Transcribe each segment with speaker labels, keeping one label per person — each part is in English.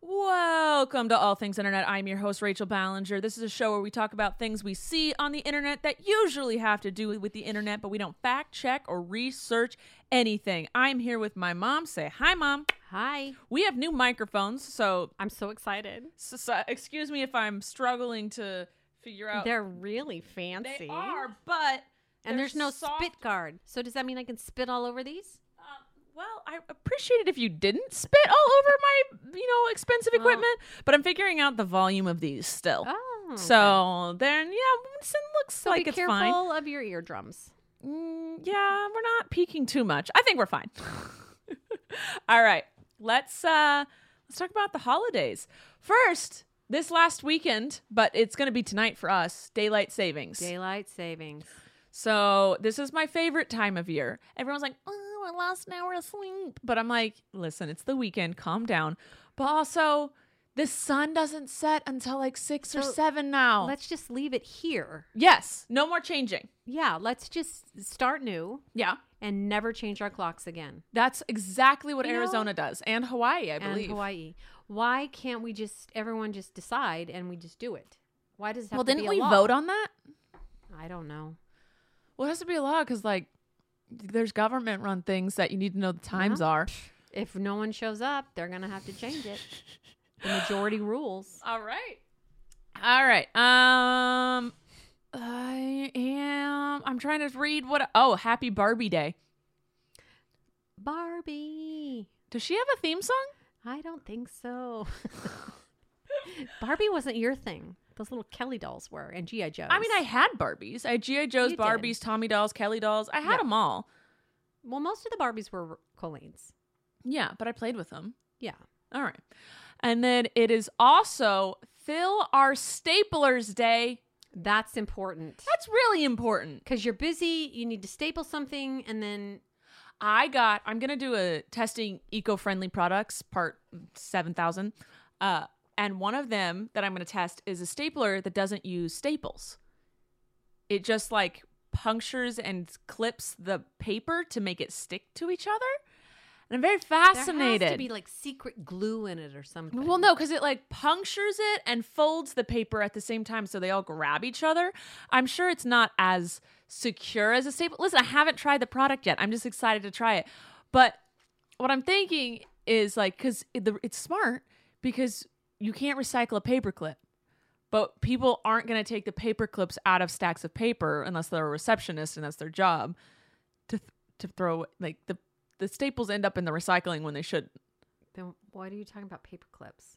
Speaker 1: Welcome to All Things Internet. I'm your host, Rachel Ballinger. This is a show where we talk about things we see on the internet that usually have to do with the internet, but we don't fact check or research anything. I'm here with my mom. Say hi, mom.
Speaker 2: Hi.
Speaker 1: We have new microphones, so,
Speaker 2: I'm so excited.
Speaker 1: so, so excuse me if I'm struggling to figure out.
Speaker 2: They're really fancy.
Speaker 1: Oh. they are, but.
Speaker 2: And
Speaker 1: they're
Speaker 2: there's no
Speaker 1: soft-
Speaker 2: spit guard. So does that mean I can spit all over these?
Speaker 1: Uh, well, I appreciate it if you didn't spit all over my, you know, expensive
Speaker 2: Well-
Speaker 1: equipment, but I'm figuring out the volume of these still.
Speaker 2: Oh.
Speaker 1: So then, yeah, Winston looks
Speaker 2: so
Speaker 1: like
Speaker 2: be
Speaker 1: it's
Speaker 2: careful
Speaker 1: fine.
Speaker 2: of your eardrums.
Speaker 1: Mm, yeah, we're not peeking too much. I think we're fine. All right, let's uh, let's talk about the holidays first. This last weekend, but it's going to be tonight for us. Daylight savings.
Speaker 2: Daylight savings.
Speaker 1: So this is my favorite time of year. Everyone's like, "Oh, I lost an hour of sleep," but I'm like, "Listen, it's the weekend. Calm down." But also, the sun doesn't set until like six or
Speaker 2: So,
Speaker 1: seven now.
Speaker 2: Oh. Let's just leave it here.
Speaker 1: Yes, no more changing.
Speaker 2: Yeah, let's just start new
Speaker 1: Yeah.
Speaker 2: and never change our clocks again.
Speaker 1: That's exactly what
Speaker 2: You know-
Speaker 1: Arizona does and Hawaii, I
Speaker 2: and
Speaker 1: believe.
Speaker 2: Hawaii. Why can't we just everyone just decide and we just do it? Why does it have
Speaker 1: Well,
Speaker 2: to
Speaker 1: didn't
Speaker 2: be a
Speaker 1: we
Speaker 2: law?
Speaker 1: vote on that?
Speaker 2: I don't know.
Speaker 1: Well, it has to be a law because, like, there's government run things that you need to know the times
Speaker 2: Yeah.
Speaker 1: are.
Speaker 2: If no one shows up, they're gonna have to change it. the majority rules.
Speaker 1: All right. All right. Um, I am. I'm trying to read what. Oh, Happy Barbie Day.
Speaker 2: Barbie.
Speaker 1: Does she have a theme song?
Speaker 2: I don't think so. Barbie wasn't your thing. Those little Kelly dolls were, and GI Joes.
Speaker 1: I mean, I had Barbies. I had GI Joes,
Speaker 2: You did.
Speaker 1: Barbies, Tommy dolls, Kelly dolls. I had
Speaker 2: Yeah.
Speaker 1: them all.
Speaker 2: well, most of the Barbies were Colleen's.
Speaker 1: Yeah, but I played with them.
Speaker 2: Yeah,
Speaker 1: All right. And then it is also Phil R. Stapler's Day.
Speaker 2: that's important
Speaker 1: That's really important.
Speaker 2: because you're busy. You need to staple something, and then
Speaker 1: I got, I'm going to do a testing eco friendly products part 7,000. Uh, and one of them that I'm going to test is a stapler that doesn't use staples. It just like punctures and clips the paper to make it stick to each other. And I'm very fascinated.
Speaker 2: There has to be like secret glue in it or something.
Speaker 1: Well, no, because it like punctures it and folds the paper at the same time, so they all grab each other. I'm sure it's not as secure as a staple. Listen, I haven't tried the product yet. I'm just excited to try it. But what I'm thinking is like, because it, the- it's smart because you can't recycle a paperclip, but people aren't going to take the paper clips out of stacks of paper unless they're a receptionist and that's their job to th- to throw like the the staples end up in the recycling when they should.
Speaker 2: Then what are you talking about? Paper clips.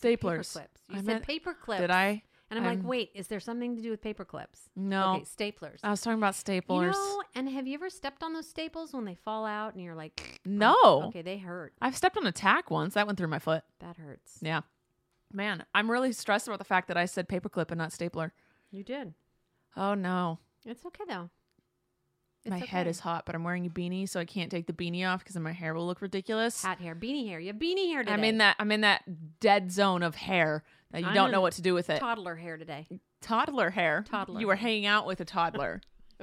Speaker 2: Paper
Speaker 1: Staplers.
Speaker 2: clips.
Speaker 1: I
Speaker 2: You said
Speaker 1: meant-
Speaker 2: paper clips.
Speaker 1: Did I?
Speaker 2: And I'm,
Speaker 1: I'm-
Speaker 2: like, wait, is there something to do with paper clips?
Speaker 1: No.
Speaker 2: Okay, staplers.
Speaker 1: I was talking about
Speaker 2: You
Speaker 1: staplers.
Speaker 2: know, and have you ever stepped on those staples when they fall out and you're like, oh,
Speaker 1: No.
Speaker 2: okay, they hurt.
Speaker 1: I've stepped on a tack once. That went through my foot.
Speaker 2: That hurts.
Speaker 1: Yeah. Man, I'm really stressed about the fact that I said paperclip and not stapler.
Speaker 2: You did.
Speaker 1: Oh no.
Speaker 2: It's okay though. It's
Speaker 1: my head
Speaker 2: okay.
Speaker 1: is hot, but I'm wearing a beanie, so I can't take the beanie off because my hair will look ridiculous.
Speaker 2: hat hair, beanie hair. You have beanie hair today.
Speaker 1: I'm in that I'm in that dead zone of hair that you
Speaker 2: I'm
Speaker 1: don't
Speaker 2: in
Speaker 1: know what to do with it.
Speaker 2: Toddler hair today.
Speaker 1: toddler hair.
Speaker 2: Toddler.
Speaker 1: You were hanging out with a toddler.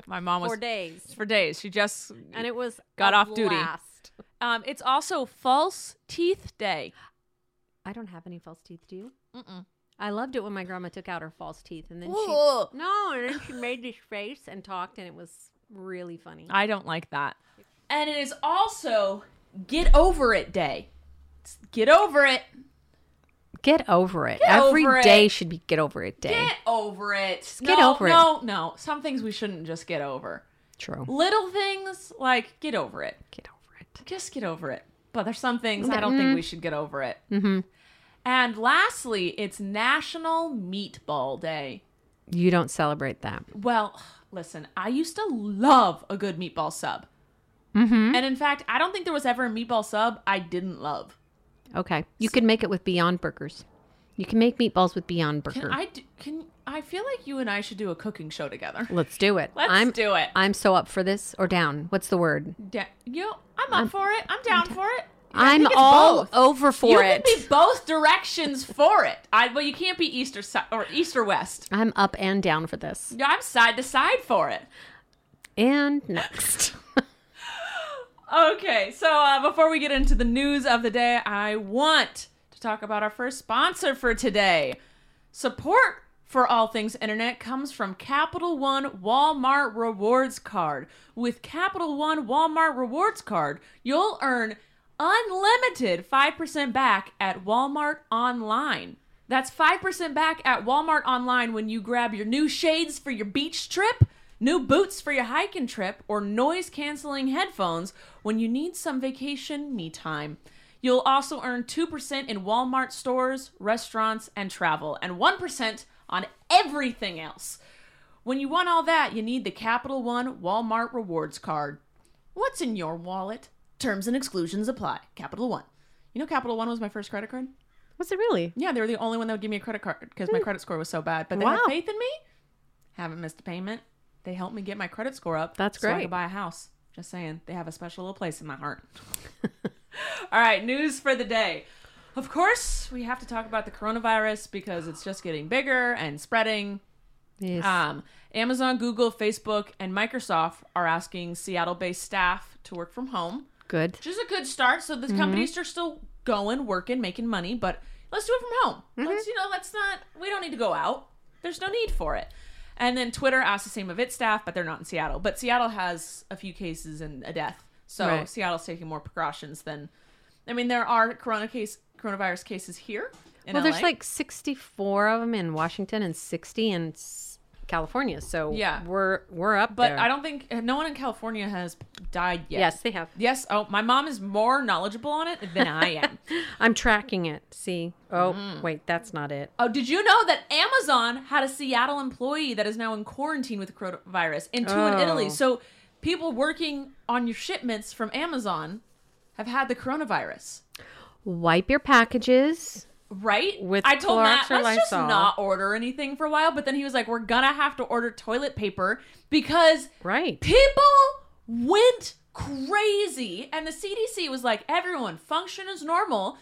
Speaker 1: My mom was
Speaker 2: Four days.
Speaker 1: for days. She just
Speaker 2: And it was
Speaker 1: Got
Speaker 2: a
Speaker 1: off duty.
Speaker 2: blast.
Speaker 1: Um, it's also False Teeth Day.
Speaker 2: I don't have any false teeth, do you?
Speaker 1: Mm-mm.
Speaker 2: I loved it when my grandma took out her false teeth and then she
Speaker 1: Ugh.
Speaker 2: No, and then she made this face and talked and it was really funny.
Speaker 1: I don't like that. And it is also Get Over It Day. It's get over it.
Speaker 2: Get over it.
Speaker 1: Get
Speaker 2: Every day
Speaker 1: over it.
Speaker 2: should be get over it day.
Speaker 1: Get over it. Just
Speaker 2: get over it.
Speaker 1: No, no. Some things we shouldn't just get over.
Speaker 2: True.
Speaker 1: Little things like get over it.
Speaker 2: Get over it.
Speaker 1: Just get over it. But there's some things I don't think we should get over it.
Speaker 2: Mm-hmm.
Speaker 1: And lastly, it's National Meatball Day.
Speaker 2: You don't celebrate that.
Speaker 1: Well, listen, I used to love a good meatball sub.
Speaker 2: Mm-hmm.
Speaker 1: And in fact, I don't think there was ever a meatball sub I didn't love.
Speaker 2: Okay. You could make it with Beyond Burgers. You can make meatballs with Beyond Burger.
Speaker 1: Can I do, can I feel like you and I should do a cooking show together.
Speaker 2: Let's do it.
Speaker 1: Let's
Speaker 2: I'm
Speaker 1: do it.
Speaker 2: I'm so up for this or down. What's the word?
Speaker 1: Da- you, I'm up for it. I'm down for it. I
Speaker 2: I'm
Speaker 1: think it's
Speaker 2: all
Speaker 1: both.
Speaker 2: over
Speaker 1: You
Speaker 2: for
Speaker 1: can
Speaker 2: it.
Speaker 1: be both directions for it. I but you can't be east or si- or east or west.
Speaker 2: I'm up and down for this.
Speaker 1: Yeah, I'm side to side for it.
Speaker 2: And next.
Speaker 1: Okay, so uh, before we get into the news of the day, I want to talk about our first sponsor for today. Support for all things internet comes from Capital One Walmart Rewards Card. With Capital One Walmart Rewards Card, you'll earn unlimited 5% back at Walmart Online. That's 5% back at Walmart Online when you grab your new shades for your beach trip, new boots for your hiking trip, or noise canceling headphones when you need some vacation me time. You'll also earn 2% in Walmart stores, restaurants, and travel, and 1% on everything else. When you want all that, you need the Capital One Walmart Rewards Card. What's in your wallet? Terms and exclusions apply. Capital One. You know, Capital One was my first credit card?
Speaker 2: Was it really? Hmm.
Speaker 1: Yeah, they were the only one that would give me a credit card because my credit score was so bad. But they had
Speaker 2: Wow.
Speaker 1: faith in me. Haven't missed a payment. They helped me get my credit score up.
Speaker 2: That's
Speaker 1: so I
Speaker 2: great.
Speaker 1: could buy a house. Just saying, they have a special little place in my heart. All right, news for the day. Of course, we have to talk about the coronavirus because it's just getting bigger and spreading.
Speaker 2: Yes.
Speaker 1: Um, Amazon, Google, Facebook, and Microsoft are asking Seattle-based staff to work from home
Speaker 2: Good.
Speaker 1: which is a good start. So the
Speaker 2: Mm-hmm.
Speaker 1: companies are still going, working, making money, but let's do it from home.
Speaker 2: Mm-hmm.
Speaker 1: Let's, you know, let's not, we don't need to go out. There's no need for it. And then Twitter asked the same of its staff, but they're not in Seattle. But Seattle has a few cases and a death. So
Speaker 2: Right.
Speaker 1: Seattle's taking more precautions than, I mean, there are corona case, coronavirus cases here. In
Speaker 2: Well,
Speaker 1: LA.
Speaker 2: there's like 64 of them in Washington and 60 in S- California. So
Speaker 1: Yeah.
Speaker 2: we're we're up
Speaker 1: but
Speaker 2: there.
Speaker 1: I don't think, no one in California has died yet.
Speaker 2: Yes, they have.
Speaker 1: Yes. Oh, my mom is more knowledgeable on it than I am.
Speaker 2: I'm tracking it. See. Oh,
Speaker 1: Mm.
Speaker 2: wait, that's not it.
Speaker 1: Oh, did you know that Amazon had a Seattle employee that is now in quarantine with coronavirus and two in
Speaker 2: Oh.
Speaker 1: Italy? So people working on your shipments from Amazon have had the coronavirus,
Speaker 2: Wipe your packages.
Speaker 1: right?
Speaker 2: With
Speaker 1: I told Matt,
Speaker 2: Clorox or
Speaker 1: let's just
Speaker 2: Lysol."
Speaker 1: not order anything for a while. But then he was like, we're gonna have to order toilet paper because
Speaker 2: Right.
Speaker 1: people went crazy and the cdc was like everyone function as normal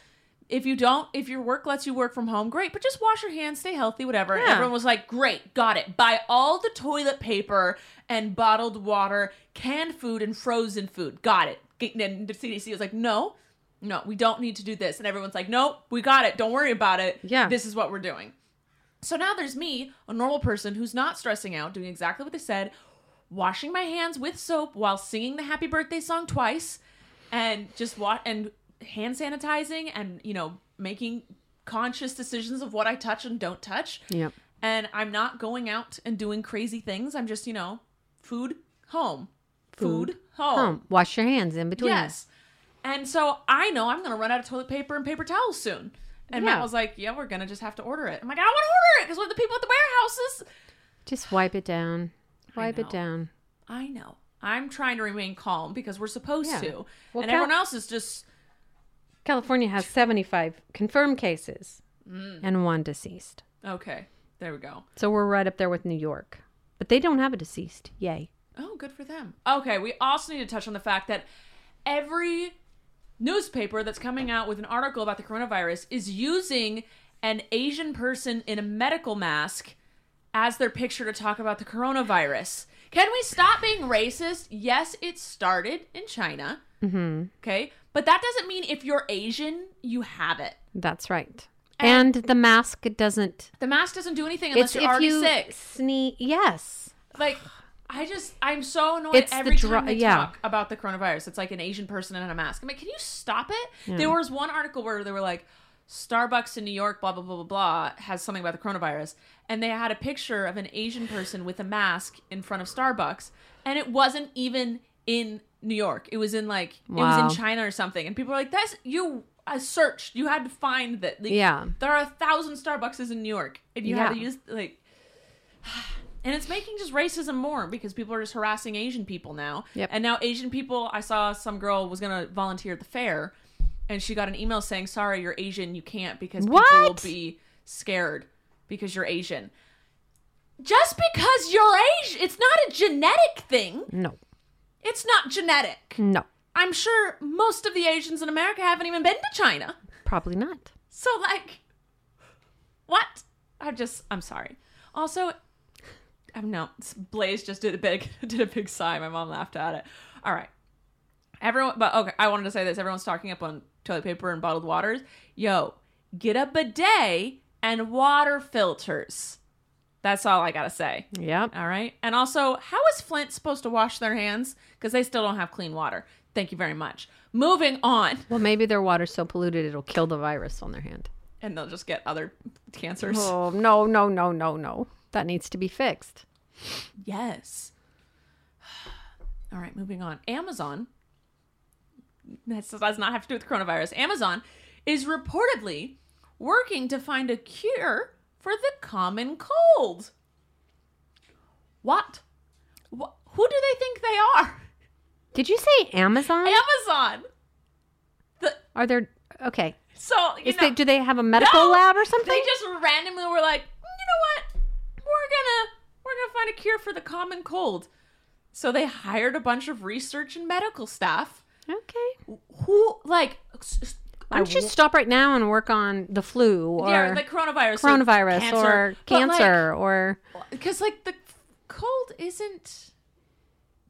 Speaker 1: if you don't if your work lets you work from home great but just wash your hands stay healthy whatever and
Speaker 2: Yeah.
Speaker 1: everyone was like great got it buy all the toilet paper and bottled water canned food and frozen food got it and the cdc was like no no we don't need to do this and everyone's like nope we got it don't worry about it
Speaker 2: Yeah.
Speaker 1: this is what we're doing so now there's me, a normal person who's not stressing out, doing exactly what they said, washing my hands with soap while singing the happy birthday song twice and just wa- and hand sanitizing and, you know, making conscious decisions of what I touch and don't touch.
Speaker 2: Yep.
Speaker 1: And I'm not going out and doing crazy things. I'm just, you know, food, home. Food, home.
Speaker 2: Home. Oh, Wash your hands in between.
Speaker 1: Oh. Yes. And so I know I'm going to run out of toilet paper and paper towels soon. And Matt
Speaker 2: Yeah.
Speaker 1: was like, yeah, we're going to just have to order it. I'm like, I don't want to order it because we're the people at the warehouses.
Speaker 2: Just wipe it down. Wipe
Speaker 1: know.
Speaker 2: it down.
Speaker 1: I know. I'm trying to remain calm because we're supposed
Speaker 2: Yeah.
Speaker 1: to.
Speaker 2: Well,
Speaker 1: and
Speaker 2: Cal-
Speaker 1: everyone else is just,
Speaker 2: California has 75 confirmed cases
Speaker 1: Mm.
Speaker 2: and one deceased.
Speaker 1: okay, there we go.
Speaker 2: So we're right up there with New York. But they don't have a deceased. Yay.
Speaker 1: Oh, good for them. Okay, we also need to touch on the fact that every newspaper that's coming out with an article about the coronavirus is using an Asian person in a medical mask as their picture to talk about the coronavirus. Can we stop being racist? Yes, it started in China.
Speaker 2: Mm-hmm.
Speaker 1: Okay. But that doesn't mean if you're Asian, you have it.
Speaker 2: That's right. And, the mask doesn't.
Speaker 1: The mask doesn't do anything unless
Speaker 2: it's
Speaker 1: you're
Speaker 2: if
Speaker 1: already
Speaker 2: you
Speaker 1: sick.
Speaker 2: sneeze. Yes.
Speaker 1: Like, I just, I'm so annoyed
Speaker 2: It's the
Speaker 1: every
Speaker 2: dra-
Speaker 1: time they
Speaker 2: yeah.
Speaker 1: talk about the coronavirus. It's like an Asian person in a mask. I'm like, can you stop it? There was one article where they were like, Starbucks in New York, blah, blah, blah, blah, blah, has something about the coronavirus. And they had a picture of an Asian person with a mask in front of Starbucks. And it wasn't even in New York. It was in like, it
Speaker 2: Wow.
Speaker 1: was in China or something. And people were like, that's, you I searched. You had to find that. Like,
Speaker 2: Yeah.
Speaker 1: There are a thousand Starbuckses in New York. And you had to
Speaker 2: Yeah.
Speaker 1: use, like, and it's making just racism more because people are just harassing Asian people now.
Speaker 2: Yep.
Speaker 1: And now Asian people, I saw some girl was gonna volunteer at the fair, and she got an email saying, "Sorry, you're Asian, you can't because people will
Speaker 2: What?
Speaker 1: be scared because you're Asian." Just because you're Asian, it's not a genetic thing.
Speaker 2: No.
Speaker 1: It's not genetic.
Speaker 2: No.
Speaker 1: I'm sure most of the Asians in America haven't even been to China.
Speaker 2: Probably not.
Speaker 1: So like what? I'm just I'm sorry. Also I'm no Blaze just did a big did a big sigh. My mom laughed at it. All right. Everyone but okay, I wanted to say this. Everyone's talking up on toilet paper and bottled waters. Yo, get a bidet and water filters. That's all I got to say.
Speaker 2: Yep.
Speaker 1: All right. And also, how is Flint supposed to wash their hands cuz they still don't have clean water? Thank you very much. Moving on.
Speaker 2: Well, maybe their water's so polluted it'll kill the virus on their hand.
Speaker 1: And they'll just get other cancers.
Speaker 2: Oh no no no no no! That needs to be fixed.
Speaker 1: Yes. All right, moving on. Amazon. This does not have to do with coronavirus. Amazon is reportedly working to find a cure for the common cold. What? Wh- who do they think they are?
Speaker 2: Did you say Amazon?
Speaker 1: Amazon. The,
Speaker 2: Are there okay?
Speaker 1: so you
Speaker 2: Is
Speaker 1: know,
Speaker 2: they, do they have a medical
Speaker 1: No!
Speaker 2: lab or something?
Speaker 1: they just randomly were like, "Mm, you know what? We're gonna we're gonna find a cure for the common cold. So they hired a bunch of research and medical staff
Speaker 2: okay.
Speaker 1: who like s- s-
Speaker 2: Why don't you stop right now and work on the flu or
Speaker 1: yeah, the coronavirus,
Speaker 2: coronavirus or cancer or
Speaker 1: because like, the cold isn't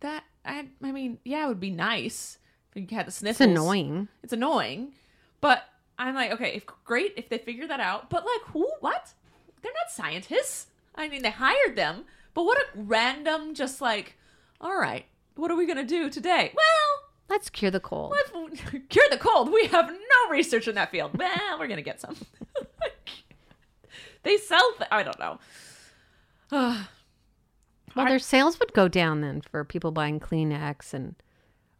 Speaker 1: that. I I mean, yeah, it would be nice if you had the
Speaker 2: it's
Speaker 1: sniffles.
Speaker 2: annoying.
Speaker 1: It's annoying, but I'm like, okay, if great if they figure that out. But like, who? What? They're not scientists. I mean, they hired them, but what a random, just like, all right, what are we gonna do today? Well,
Speaker 2: Let's cure the cold.
Speaker 1: let's cure the cold. We have no research in that field. Well, we're gonna get some. they sell. Th- I don't know. Ugh.
Speaker 2: Well, their sales would go down then for people buying Kleenex and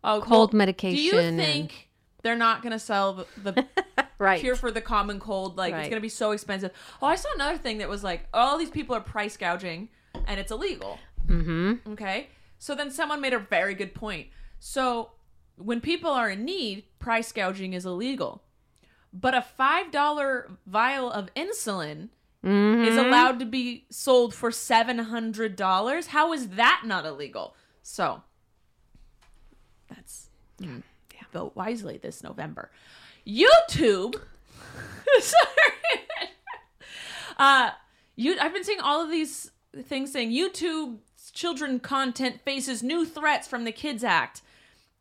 Speaker 1: oh,
Speaker 2: cold
Speaker 1: well, Do
Speaker 2: medication.
Speaker 1: you think they're not gonna sell the? the
Speaker 2: and, right?
Speaker 1: cure for the common cold. Like it's
Speaker 2: Right.
Speaker 1: gonna be so expensive. Oh, I saw another thing that was like all these people are price gouging, and it's illegal.
Speaker 2: mm-hmm.
Speaker 1: Okay, so then someone made a very good point. So when people are in need, price gouging is illegal, but a five dollar vial of insulin
Speaker 2: mm-hmm.
Speaker 1: is allowed to be sold for seven hundred dollars. How is that not illegal? So that's
Speaker 2: Mm.
Speaker 1: vote wisely this November. YouTube, sorry, uh, you. I've been seeing all of these things saying YouTube children content faces new threats from the Kids Act,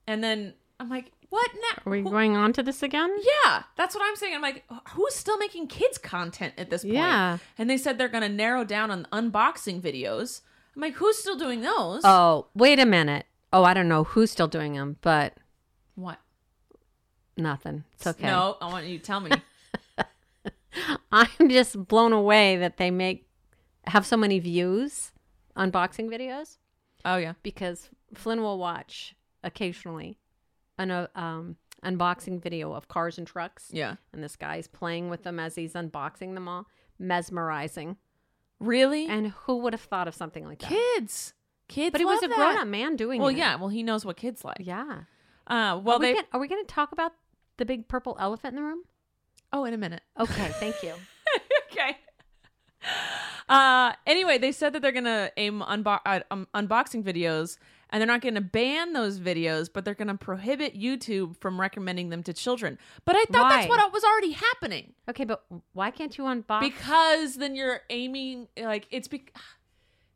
Speaker 1: and then I'm like, what now?
Speaker 2: Are we going on to this again?
Speaker 1: Yeah, that's what I'm saying. I'm like, who's still making kids content at this point?
Speaker 2: Yeah.
Speaker 1: And they said they're going to narrow down on unboxing videos. I'm like, who's still doing those?
Speaker 2: Oh, wait a minute. Oh, I don't know who's still doing them, but
Speaker 1: what?
Speaker 2: nothing. It's okay.
Speaker 1: No, I want you to tell me.
Speaker 2: I'm just blown away that they make have so many views unboxing videos
Speaker 1: oh, yeah.
Speaker 2: because Flynn will watch occasionally an uh, um, unboxing video of cars and trucks,
Speaker 1: Yeah.
Speaker 2: and this guy's playing with them as he's unboxing them all, mesmerizing.
Speaker 1: Really? And
Speaker 2: And who would have thought of something like that?
Speaker 1: kids. Kids.
Speaker 2: but he was a
Speaker 1: love that.
Speaker 2: grown up man doing
Speaker 1: Well,
Speaker 2: it.
Speaker 1: yeah. Well, he knows what kids like.
Speaker 2: yeah.
Speaker 1: Uh, well,
Speaker 2: are, we
Speaker 1: they.
Speaker 2: gonna, are we going to talk about the big purple elephant in the room?
Speaker 1: Oh, in a minute.
Speaker 2: Okay, thank you.
Speaker 1: okay. Uh, anyway, they said that they're gonna aim unbo- uh, um, unboxing videos And they're not going to ban those videos, but they're going to prohibit YouTube from recommending them to children. But I thought that's
Speaker 2: Why?
Speaker 1: what was already happening
Speaker 2: Okay, but why can't you unbox?
Speaker 1: because then you're aiming like it's because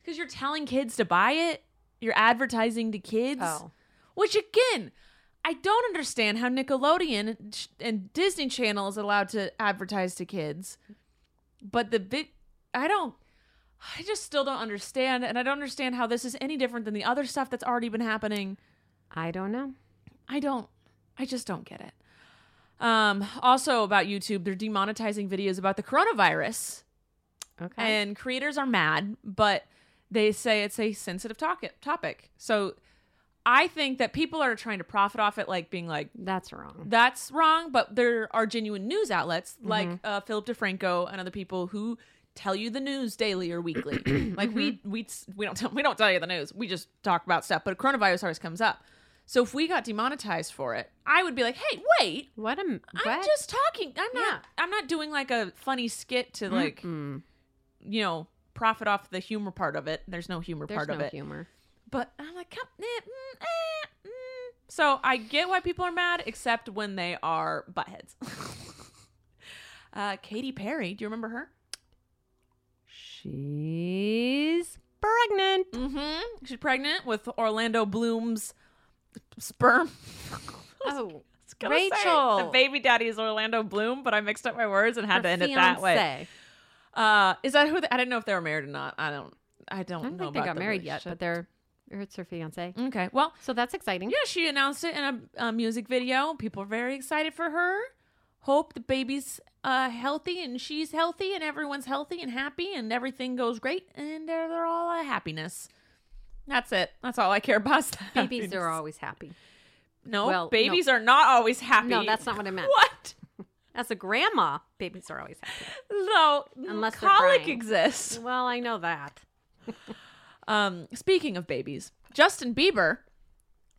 Speaker 1: you're telling kids to buy it. You're advertising to kids.
Speaker 2: oh,
Speaker 1: Which again, I don't understand how Nickelodeon and sh- and Disney Channel is allowed to advertise to kids, but the big I don't. I just still don't understand, and I don't understand how this is any different than the other stuff that's already been happening.
Speaker 2: I don't know.
Speaker 1: I don't. I just don't get it. Um, also about YouTube, they're demonetizing videos about the coronavirus
Speaker 2: Okay.
Speaker 1: and creators are mad, but they say it's a sensitive topic. Topic. So I think that people are trying to profit off it, like being like,
Speaker 2: That's wrong.
Speaker 1: that's wrong. But there are genuine news outlets
Speaker 2: Mm-hmm.
Speaker 1: like uh, Philip DeFranco and other people who tell you the news daily or weekly. like we
Speaker 2: Mm-hmm.
Speaker 1: we we don't tell, we don't tell you the news. We just talk about stuff. But coronavirus always comes up. So if we got demonetized for it, I would be like, hey, wait.
Speaker 2: What am
Speaker 1: I'm
Speaker 2: what?
Speaker 1: just talking. I'm not.
Speaker 2: Yeah.
Speaker 1: I'm not doing like a funny skit to like,
Speaker 2: Mm-mm.
Speaker 1: you know, profit off the humor part of it. There's no humor
Speaker 2: There's
Speaker 1: part
Speaker 2: no
Speaker 1: of it.
Speaker 2: humor.
Speaker 1: But I'm like, come, eh, mm, eh, mm. so I get why people are mad, except when they are buttheads. uh, Katy Perry, do you remember her?
Speaker 2: She's pregnant.
Speaker 1: Mm-hmm. She's pregnant with Orlando Bloom's sperm. I was
Speaker 2: Oh,
Speaker 1: gonna say, the
Speaker 2: Rachel.
Speaker 1: baby daddy is Orlando Bloom, but I mixed up my words and had to end it that way.
Speaker 2: fiancé.
Speaker 1: Uh, is that who? They, I didn't know if they were married or not. I don't. I don't,
Speaker 2: I don't
Speaker 1: know
Speaker 2: think they
Speaker 1: about
Speaker 2: got
Speaker 1: the
Speaker 2: married yet, but
Speaker 1: relationship.
Speaker 2: they're it's her fiance.
Speaker 1: okay. Well,
Speaker 2: So that's exciting.
Speaker 1: yeah, she announced it in a, a music video. People are very excited for her. Hope the baby's uh, healthy and she's healthy and everyone's healthy and happy and everything goes great and they're, they're all a happiness. That's it. That's all I care about. is the
Speaker 2: Babies are
Speaker 1: happiness.
Speaker 2: always happy.
Speaker 1: no.
Speaker 2: well, no.
Speaker 1: babies are not always happy.
Speaker 2: No, that's not what I meant.
Speaker 1: what.
Speaker 2: As a grandma, babies are always happy.
Speaker 1: No,
Speaker 2: Unless they're
Speaker 1: colic
Speaker 2: crying.
Speaker 1: exists.
Speaker 2: Well, I know that.
Speaker 1: Um, speaking of babies, Justin Bieber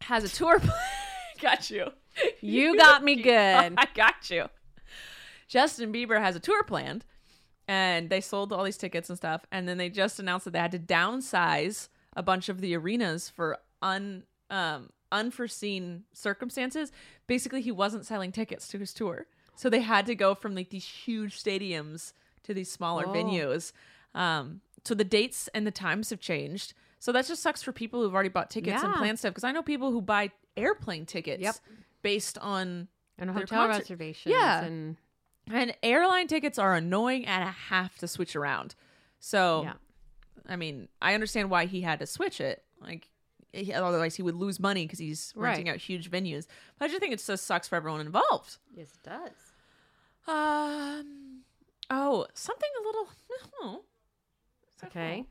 Speaker 1: has a tour. got you.
Speaker 2: You got me good.
Speaker 1: I got you. Justin Bieber has a tour planned, and they sold all these tickets and stuff, and then they just announced that they had to downsize a bunch of the arenas for un um unforeseen circumstances. Basically, he wasn't selling tickets to his tour, so they had to go from like these huge stadiums to these smaller
Speaker 2: Oh.
Speaker 1: venues. Um, so the dates and the times have changed. So that just sucks for people who've already bought tickets and
Speaker 2: Yeah.
Speaker 1: planned stuff. Because I know people who buy airplane tickets
Speaker 2: Yep.
Speaker 1: based on
Speaker 2: And
Speaker 1: Their
Speaker 2: hotel
Speaker 1: concert-
Speaker 2: reservations.
Speaker 1: Yeah.
Speaker 2: And
Speaker 1: and airline tickets are annoying and I have to switch around. So
Speaker 2: yeah.
Speaker 1: I mean, I understand why he had to switch it. Like he- otherwise he would lose money because he's renting
Speaker 2: Right.
Speaker 1: out huge venues. But I just think it just sucks for everyone involved.
Speaker 2: Yes, it does.
Speaker 1: Um. Oh, something a little. Oh.
Speaker 2: Okay.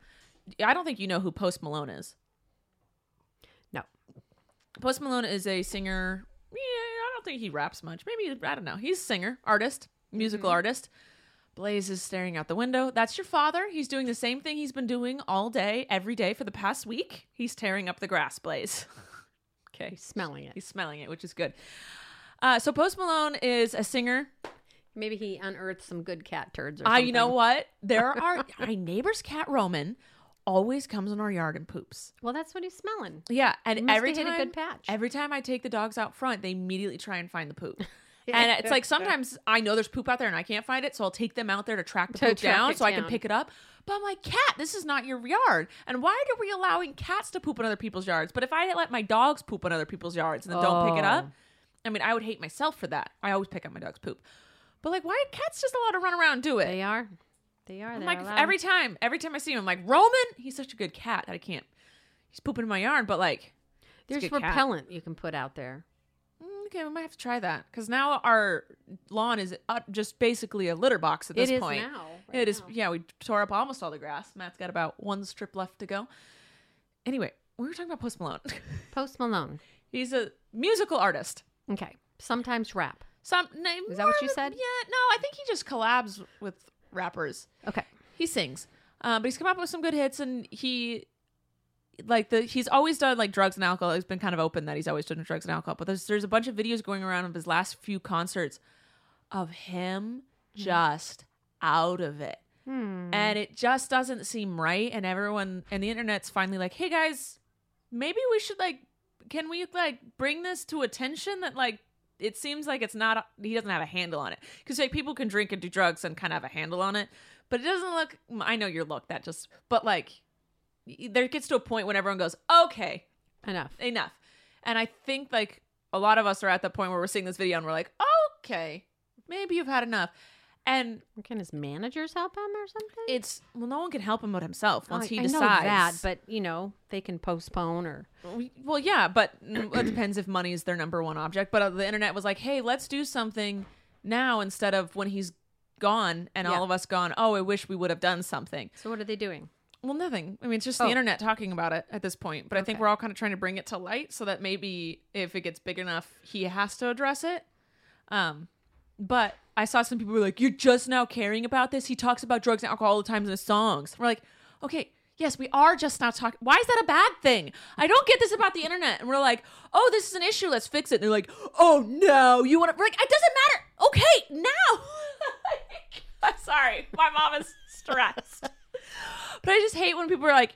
Speaker 1: I don't think you know who Post Malone is.
Speaker 2: No.
Speaker 1: Post Malone is a singer. Yeah, I don't think he raps much. Maybe I don't know. He's a singer, artist, musical artist. Blaze is staring out the window. That's your father. He's doing the same thing he's been doing all day, every day for the past week. He's tearing up the grass, Blaze. okay.
Speaker 2: He's smelling it.
Speaker 1: He's smelling it, which is good. Uh, so Post Malone is a singer,
Speaker 2: Maybe he unearthed some good cat turds or something.
Speaker 1: Ah, you know what? There are my neighbor's cat Roman always comes in our yard and poops.
Speaker 2: Well, that's what he's smelling.
Speaker 1: Yeah, and
Speaker 2: He must
Speaker 1: every
Speaker 2: have hit
Speaker 1: time
Speaker 2: a good patch.
Speaker 1: every time I take the dogs out front, they immediately try and find the poop. And it's like sometimes I know there's poop out there and I can't find it, so I'll take them out there to track the
Speaker 2: To
Speaker 1: poop
Speaker 2: track
Speaker 1: down
Speaker 2: it
Speaker 1: so I can
Speaker 2: down.
Speaker 1: pick it up. But I'm like, cat, this is not your yard. And why are we allowing cats to poop in other people's yards? But if I let my dogs poop in other people's yards and then don't pick it up,
Speaker 2: Oh.
Speaker 1: I mean, I would hate myself for that. I always pick up my dog's poop. But like, why are cats just allowed to run around and do it?
Speaker 2: They are. They are.
Speaker 1: I'm
Speaker 2: They're
Speaker 1: like
Speaker 2: allowed.
Speaker 1: Oh every time, every time I see him, I'm like Roman. He's such a good cat that I can't. He's pooping in my yarn, but like, a
Speaker 2: There's
Speaker 1: good cat.
Speaker 2: repellent you can put out there.
Speaker 1: mm, okay, we might have to try that because now our lawn is uh, just basically a litter box at this
Speaker 2: it is
Speaker 1: point.
Speaker 2: now.
Speaker 1: It is. Yeah, we tore up almost all the grass. Matt's got about one strip left to go. Anyway, we were talking about Post Malone.
Speaker 2: Post Malone.
Speaker 1: he's a musical artist.
Speaker 2: Okay. Sometimes rap.
Speaker 1: Some no,
Speaker 2: Is that
Speaker 1: more
Speaker 2: what you
Speaker 1: of a-
Speaker 2: said?
Speaker 1: Yeah. No, I think he just collabs with rappers.
Speaker 2: Okay.
Speaker 1: he sings um, but he's come up with some good hits and he like the he's always done like drugs and alcohol he's been kind of open that he's always done drugs and alcohol but there's there's a bunch of videos going around of his last few concerts of him just out of it
Speaker 2: Hmm.
Speaker 1: and it just doesn't seem right and everyone and the internet's finally like hey guys maybe we should like can we like bring this to attention that like it seems like it's not he doesn't have a handle on it because like people can drink and do drugs and kind of have a handle on it but it doesn't look i know your look that just but like y- there gets to a point when everyone goes okay
Speaker 2: Enough.
Speaker 1: enough and i think like a lot of us are at that point where we're seeing this video and we're like okay maybe you've had enough and
Speaker 2: Can his managers help him or something?
Speaker 1: it's well no one can help him but himself once
Speaker 2: I-
Speaker 1: he
Speaker 2: I
Speaker 1: decides
Speaker 2: know that, but you know they can postpone or
Speaker 1: We- Well, yeah, but it depends if money is their number one object. But uh, the internet was like, hey, let's do something now instead of when he's gone and
Speaker 2: Yeah.
Speaker 1: all of us gone, oh, I wish we would have done something.
Speaker 2: so. What are they doing?
Speaker 1: Well, nothing. I mean, it's just the
Speaker 2: Oh.
Speaker 1: internet talking about it at this point. But I think
Speaker 2: Okay.
Speaker 1: we're all kind of trying to bring it to light so that maybe if it gets big enough, he has to address it. Um, but I saw some people were like, "You're just now caring about this." He talks about drugs and alcohol all the time in his songs. We're like, "Okay, yes, we are just now talking. Why is that a bad thing? I don't get this about the internet." And we're like, "Oh, this is an issue. Let's fix it." And they're like, "Oh no, you want to?" We're like, "It doesn't matter. Okay, now." I'm sorry, my mom is stressed, but I just hate when people are like,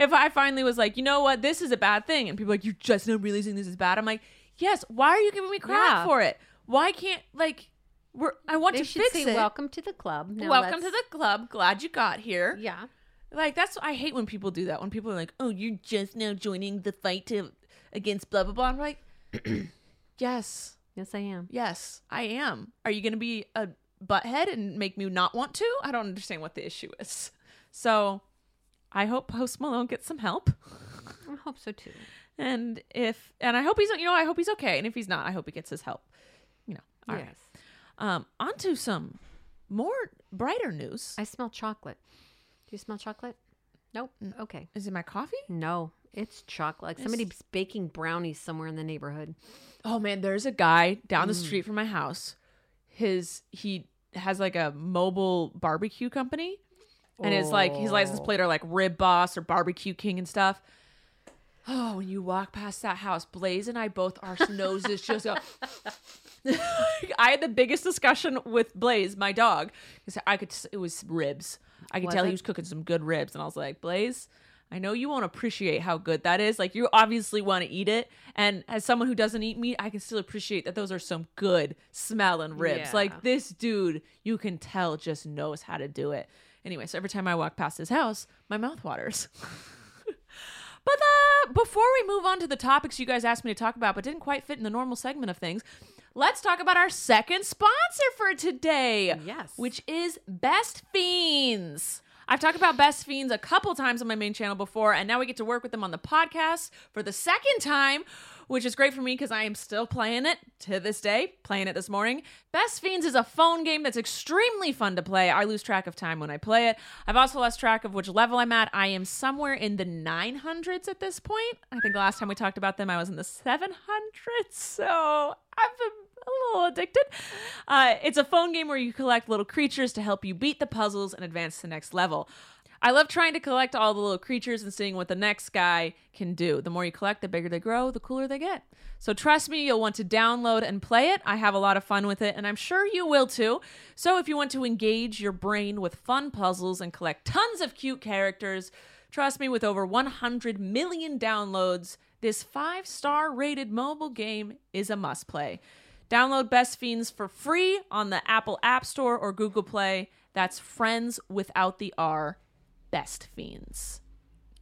Speaker 1: if I finally was like, you know what, this is a bad thing, and people are like, you're just now realizing this is bad. I'm like, yes. Why are you giving me crap
Speaker 2: Yeah.
Speaker 1: for it? Why can't like we're? I want
Speaker 2: They
Speaker 1: to
Speaker 2: should
Speaker 1: fix
Speaker 2: say
Speaker 1: it.
Speaker 2: "Welcome to the club." Now
Speaker 1: Welcome to
Speaker 2: let's-
Speaker 1: the club. Glad you got here.
Speaker 2: yeah.
Speaker 1: Like that's I hate when people do that. When people are like, oh, you're just now joining the fight to against blah blah blah. I'm like, yes,
Speaker 2: Yes, I am.
Speaker 1: yes, I am. Are you gonna be a butthead and make me not want to? I don't understand what the issue is. So. I hope Post Malone gets some help.
Speaker 2: I hope so too.
Speaker 1: And if and I hope he's you know I hope he's okay. And if he's not, I hope he gets his help. You know. All right.
Speaker 2: yes.
Speaker 1: Um. On to some more brighter news.
Speaker 2: I smell chocolate. Do you smell chocolate? Nope. Okay.
Speaker 1: Is it my coffee?
Speaker 2: No, it's chocolate. Like Somebody's baking brownies somewhere in the neighborhood.
Speaker 1: Oh man, there's a guy down the street from my house. His he has like a mobile barbecue company, and it's like his license
Speaker 2: Oh.
Speaker 1: plate are like Rib Boss or Barbecue King and stuff. Oh, when you walk past that house, Blaze and I both our noses just go. I had the biggest discussion with Blaze, my dog, because I could. It was ribs. I could
Speaker 2: Was
Speaker 1: tell
Speaker 2: it?
Speaker 1: he was cooking some good ribs, and I was like, Blaze, I know you won't appreciate how good that is. Like you obviously want to eat it, and as someone who doesn't eat meat, I can still appreciate that those are some good smelling ribs.
Speaker 2: Yeah.
Speaker 1: Like this dude, you can tell just knows how to do it. Anyway, so every time I walk past his house, my mouth waters. But uh, before we move on to the topics you guys asked me to talk about, but didn't quite fit in the normal segment of things, let's talk about our second sponsor for today.
Speaker 2: Yes.
Speaker 1: Which is Best Fiends. I've talked about Best Fiends a couple times on my main channel before, and now we get to work with them on the podcast for the second time, which is great for me because I am still playing it to this day, playing it this morning. Best Fiends is a phone game that's extremely fun to play. I lose track of time when I play it. I've also lost track of which level I'm at. I am somewhere in the 900s at this point. I think last time we talked about them, I was in the 700s, so I've been a little addicted. Uh, it's a phone game where you collect little creatures to help you beat the puzzles and advance to the next level. I love trying to collect all the little creatures and seeing what the next guy can do. The more you collect, the bigger they grow, the cooler they get. So trust me, you'll want to download and play it. I have a lot of fun with it, and I'm sure you will too. So if you want to engage your brain with fun puzzles and collect tons of cute characters, Trust me, with over 100 million downloads, this five star rated mobile game is a must play. Download Best Fiends for free on the Apple App Store or Google Play. That's Friends Without the R, Best Fiends.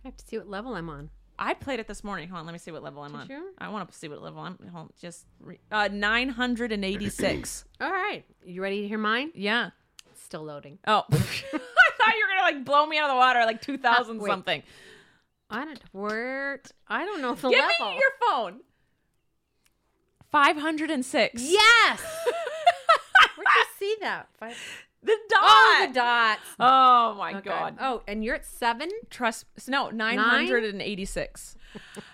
Speaker 2: I have to see what level I'm on.
Speaker 1: I played it this morning. Hold on, let me see what level I'm on.
Speaker 2: you?
Speaker 1: I want to see what level I'm on. Just re- uh, 986.
Speaker 2: All right. You ready to hear mine?
Speaker 1: yeah.
Speaker 2: It's still loading.
Speaker 1: Oh, I thought you were going to like blow me out of the water like 2000
Speaker 2: Wait.
Speaker 1: something.
Speaker 2: I don't where I don't know the
Speaker 1: Give
Speaker 2: level.
Speaker 1: me your phone. 506.
Speaker 2: yes. Where'd you see that? Five-
Speaker 1: The dot.
Speaker 2: Oh, the dots.
Speaker 1: Oh, my
Speaker 2: Okay.
Speaker 1: god.
Speaker 2: Oh, and you're at seven.
Speaker 1: Trust no, 986.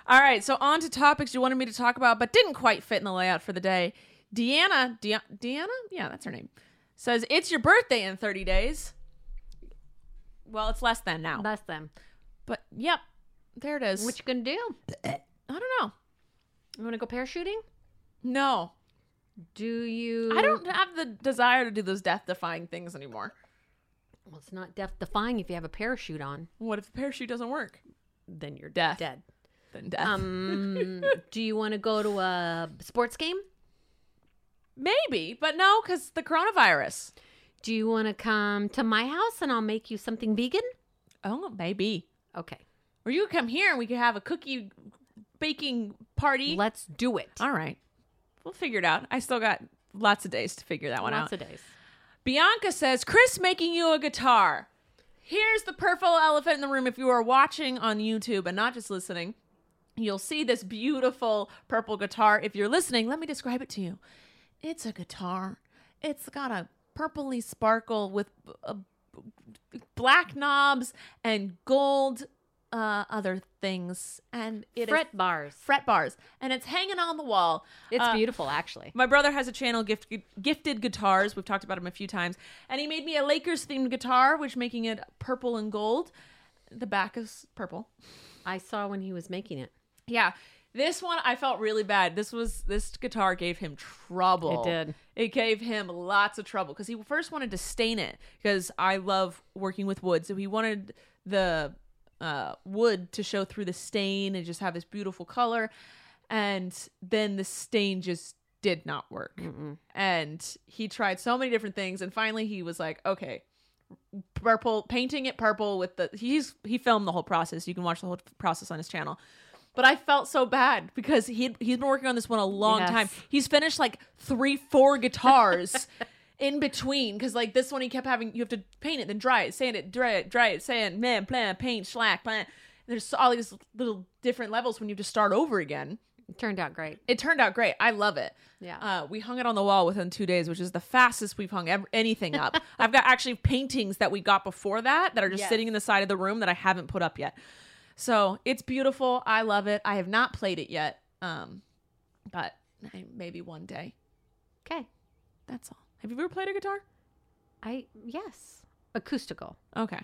Speaker 1: All right, so on to topics you wanted me to talk about but didn't quite fit in the layout for the day. Deanna, De- Deanna? Yeah, that's her name. Says it's your birthday in 30 days. Well, it's less than now.
Speaker 2: That's them.
Speaker 1: But yep. There it is.
Speaker 2: What you gonna do? You
Speaker 1: I don't know.
Speaker 2: wanna go parachuting?
Speaker 1: No.
Speaker 2: Do you?
Speaker 1: I don't have the desire to do those death-defying things anymore.
Speaker 2: Well, it's not death defying if you have a parachute on.
Speaker 1: What if the parachute doesn't work?
Speaker 2: Then you're
Speaker 1: Death.
Speaker 2: dead.
Speaker 1: than death.
Speaker 2: Um, do you want to go to a sports game?
Speaker 1: Maybe, but no, because the coronavirus.
Speaker 2: Do you want to come to my house and I'll make you something vegan?
Speaker 1: Oh, maybe.
Speaker 2: Okay,
Speaker 1: Or you could come here and we could have a cookie baking party.
Speaker 2: let's do it.
Speaker 1: All right. We'll figure it out. I still got lots of days to figure that one
Speaker 2: Lots
Speaker 1: out.
Speaker 2: of days.
Speaker 1: Bianca says, Chris making you a guitar. Here's the purple elephant in the room. If you are watching on YouTube and not just listening, you'll see this beautiful purple guitar. If you're listening, let me describe it to you. It's a guitar. It's got a purpley sparkle with uh, black knobs and gold uh, other things, and it is-
Speaker 2: Fret bars.
Speaker 1: fret bars, and it's hanging on the wall.
Speaker 2: It's
Speaker 1: Uh,
Speaker 2: beautiful, actually.
Speaker 1: my brother has a channel, gift, Gifted Guitars. We've talked about him a few times. And he made me a Lakers themed guitar, which making it purple and gold. The back is purple.
Speaker 2: I saw when he was making it.
Speaker 1: Yeah. This one I felt really bad. This was this guitar gave him trouble.
Speaker 2: It did.
Speaker 1: It gave him lots of trouble because he first wanted to stain it because I love working with wood. So he wanted the uh, wood to show through the stain and just have this beautiful color. And then the stain just did not work. And he tried so many different things. And finally he was like, okay, purple, painting it purple with the, he's, he filmed the whole process. You can watch the whole process on his channel. But I felt so bad because he he's been working on this one a long
Speaker 2: Yes.
Speaker 1: time. He's finished like three, four guitars in between because like this one he kept having you have to paint it, then dry it, sand it, dry it, dry it, sand, man, plan, paint, slack, plan. There's all these little different levels when you have to start over again.
Speaker 2: It turned out great.
Speaker 1: It turned out great. I love it.
Speaker 2: Yeah.
Speaker 1: Uh, we hung it on the wall within two days, which is the fastest we've hung ever, anything up. I've got actually paintings that we got before that that are just
Speaker 2: Yes.
Speaker 1: sitting in the side of the room that I haven't put up yet. So it's beautiful. I love it. I have not played it yet, um, but I- maybe one day.
Speaker 2: Okay.
Speaker 1: That's all. Have you ever played a guitar?
Speaker 2: I yes. Acoustical.
Speaker 1: Okay.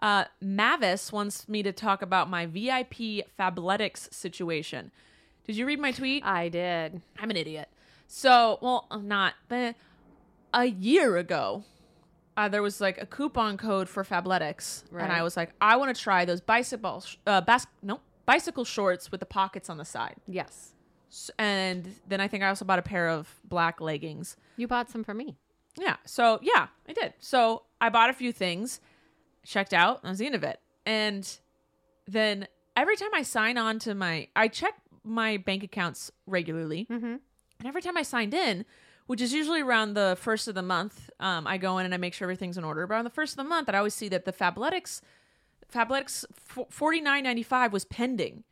Speaker 1: Uh, Mavis wants me to talk about my VIP Fabletics situation. Did you read my tweet?
Speaker 2: I did.
Speaker 1: I'm an idiot. So, well, I'm not, but a year ago, uh, there was like a coupon code for Fabletics,
Speaker 2: Right.
Speaker 1: and I was like, I want to try those bicycle, sh- uh, bas- no, bicycle shorts with the pockets on the side.
Speaker 2: Yes.
Speaker 1: S- and then I think I also bought a pair of black leggings.
Speaker 2: You bought some for me.
Speaker 1: Yeah. So yeah, I did. So I bought a few things, checked out, and that was the end of it. And then every time I sign on to my, I check my bank accounts regularly,
Speaker 2: Mhm.
Speaker 1: and every time I signed in, which is usually around the first of the month, um, I go in and I make sure everything's in order. But on the first of the month, I always see that the Fabletics, Fabletics forty nine ninety five was pending.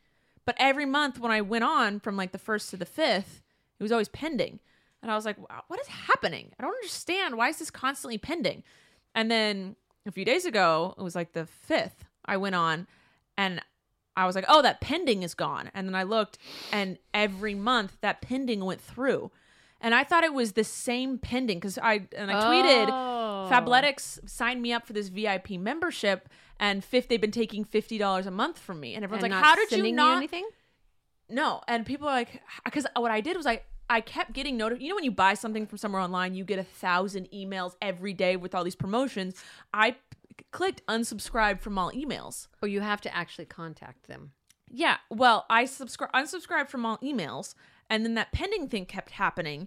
Speaker 1: But every month when I went on from like the first to the fifth, it was always pending. And I was like, wow, what is happening? I don't understand. Why is this constantly pending? And then a few days ago, it was like the fifth, I went on and I was like, oh, that pending is gone. And then I looked and every month that pending went through. And I thought it was the same pending because I and I tweeted
Speaker 2: Oh.
Speaker 1: Fabletics signed me up for this VIP membership and fifth they've been taking fifty dollars a month from me. And everyone's
Speaker 2: And
Speaker 1: like,
Speaker 2: not
Speaker 1: How did
Speaker 2: sending
Speaker 1: you not
Speaker 2: anything?
Speaker 1: no, and people are like, because what I did was I I kept getting notif. You know, when you buy something from somewhere online, you get a thousand emails every day with all these promotions. I p- clicked unsubscribe from all emails.
Speaker 2: Or Oh, you have to actually contact them.
Speaker 1: Yeah, well, I subscribe unsubscribed from all emails, and then that pending thing kept happening,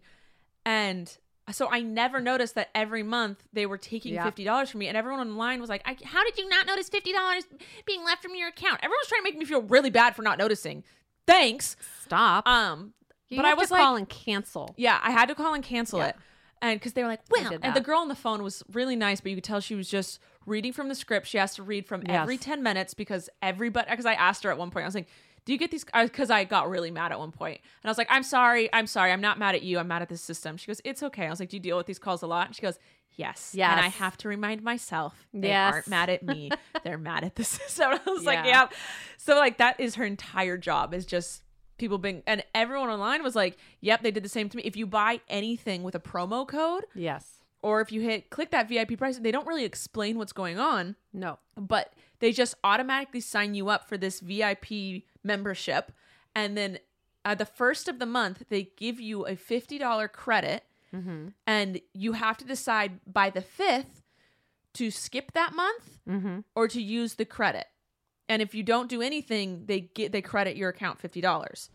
Speaker 1: and so I never noticed that every month they were taking
Speaker 2: Yeah.
Speaker 1: fifty dollars from me, and everyone online was like, I, "How did you not notice fifty dollars being left from your account?" Everyone's trying to make me feel really bad for not noticing. Thanks.
Speaker 2: Stop.
Speaker 1: Um,
Speaker 2: Uh, you
Speaker 1: but
Speaker 2: have
Speaker 1: I was
Speaker 2: to
Speaker 1: like,
Speaker 2: call and cancel.
Speaker 1: yeah, I had to call and cancel
Speaker 2: Yeah.
Speaker 1: it. And because they were like, well,
Speaker 2: did
Speaker 1: and the
Speaker 2: that.
Speaker 1: girl on the phone was really nice, but you could tell she was just reading from the script. She has to read from
Speaker 2: Yes.
Speaker 1: every 10 minutes because everybody, because I asked her at one point, I was like, do you get these? Because I got really mad at one point, And I was like, I'm sorry. I'm sorry. I'm not mad at you. I'm mad at the system. She goes, it's okay. I was like, do you deal with these calls a lot? And she goes, yes. And I
Speaker 2: Yes.
Speaker 1: have to remind myself they
Speaker 2: Yes.
Speaker 1: aren't mad at me. They're mad at the system. I was like,
Speaker 2: Yeah.
Speaker 1: yeah. So like that is her entire job is just people being and everyone online was like, "Yep, they did the same to me." If you buy anything with a promo code
Speaker 2: Yes.
Speaker 1: or if you hit click that VIP price, they don't really explain what's going on,
Speaker 2: No.
Speaker 1: but they just automatically sign you up for this VIP membership and then uh, the first of the month they give you a $50 credit
Speaker 2: Mm-hmm.
Speaker 1: and you have to decide by the 5th to skip that month
Speaker 2: Mm-hmm.
Speaker 1: or to use the credit. and if you don't do anything, they get they credit your account fifty dollars.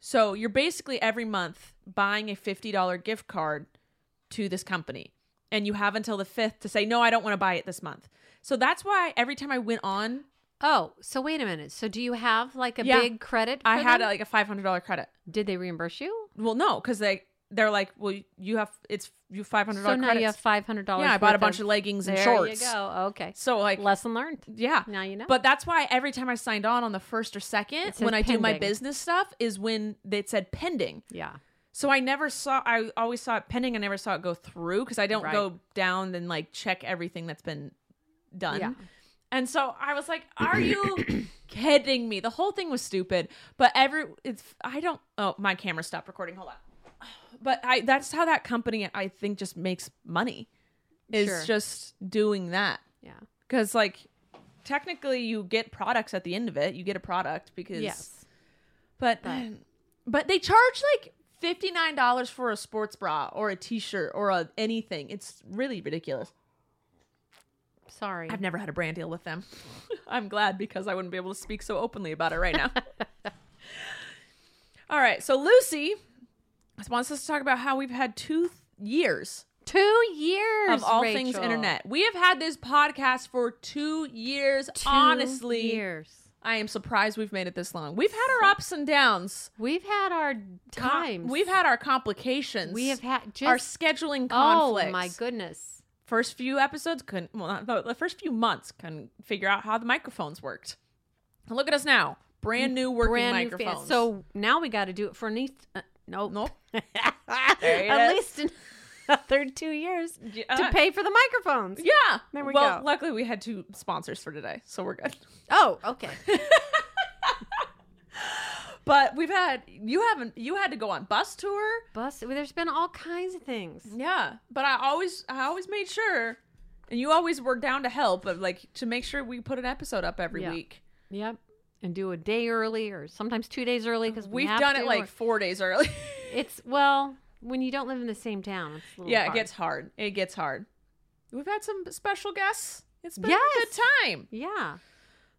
Speaker 1: So you're basically every month buying a fifty dollar gift card to this company, and you have until the fifth to say no, I don't want to buy it this month. So that's why every time I went on,
Speaker 2: Oh, so wait a minute. So do you have like a
Speaker 1: Yeah.
Speaker 2: big credit?
Speaker 1: I
Speaker 2: for
Speaker 1: had
Speaker 2: them?
Speaker 1: like a five hundred dollar credit.
Speaker 2: Did they reimburse you?
Speaker 1: Well, no, because they they're like, well, you have it's you five hundred
Speaker 2: So
Speaker 1: dollar
Speaker 2: now
Speaker 1: credits.
Speaker 2: you have five hundred dollars.
Speaker 1: yeah, I bought a bunch of leggings and
Speaker 2: there
Speaker 1: shorts.
Speaker 2: you go. Okay.
Speaker 1: So like,
Speaker 2: Lesson learned.
Speaker 1: yeah,
Speaker 2: Now you know.
Speaker 1: But that's why every time I signed on on the first or second,
Speaker 2: It says
Speaker 1: when I do my
Speaker 2: pending.
Speaker 1: business stuff, is when it said pending.
Speaker 2: yeah,
Speaker 1: So I never saw. I always saw it pending. I never saw it go through because I don't
Speaker 2: Right.
Speaker 1: go down and like check everything that's been done.
Speaker 2: Yeah.
Speaker 1: And so I was like, "Are you kidding me?" The whole thing was stupid. But every it's I don't. Oh, my camera stopped recording. Hold on. But I that's how that company I think just makes money is
Speaker 2: Sure.
Speaker 1: just doing that
Speaker 2: yeah.
Speaker 1: because like technically you get products at the end of it. You get a product because
Speaker 2: Yes.
Speaker 1: but
Speaker 2: But-
Speaker 1: but they charge like fifty nine dollars for a sports bra or a t shirt or a, anything. It's really ridiculous.
Speaker 2: Sorry.
Speaker 1: I've never had a brand deal with them. I'm glad because I wouldn't be able to speak so openly about it right now. All right, so Lucy wants us to talk about how we've had two th- years
Speaker 2: two years
Speaker 1: of all things
Speaker 2: Rachel.
Speaker 1: internet. We have had this podcast for two years.
Speaker 2: Two
Speaker 1: Honestly,
Speaker 2: years.
Speaker 1: I am surprised we've made it this long. We've had our ups and downs.
Speaker 2: We've had our
Speaker 1: com-
Speaker 2: times.
Speaker 1: We've had our complications.
Speaker 2: We have had just
Speaker 1: our scheduling conflicts.
Speaker 2: oh my goodness.
Speaker 1: First few episodes couldn't. Well, not, no, the first few months couldn't figure out how the microphones worked. And look at us now, brand new working
Speaker 2: Brand new fan.
Speaker 1: microphones.
Speaker 2: So now we got to do it for at least uh, no
Speaker 1: Nope. There it
Speaker 2: at
Speaker 1: is.
Speaker 2: least another two years
Speaker 1: Yeah.
Speaker 2: to pay for the microphones.
Speaker 1: yeah,
Speaker 2: There we
Speaker 1: well,
Speaker 2: go.
Speaker 1: luckily we had two sponsors for today, so we're good.
Speaker 2: Oh, okay.
Speaker 1: But we've had you haven't you had to go on bus tour.
Speaker 2: Bus. There's been all kinds of things.
Speaker 1: Yeah, but I always I always made sure, and you always were down to help, but like to make sure we put an episode up every
Speaker 2: Yeah.
Speaker 1: week.
Speaker 2: Yep. And do a day early or sometimes two days early because we
Speaker 1: We've
Speaker 2: have
Speaker 1: done
Speaker 2: to,
Speaker 1: it like
Speaker 2: or-
Speaker 1: four days early.
Speaker 2: it's well when you don't live in the same town. It's a little
Speaker 1: yeah,
Speaker 2: hard.
Speaker 1: it gets hard. It gets hard. We've had some special guests. It's been a
Speaker 2: Yes.
Speaker 1: good time.
Speaker 2: Yeah,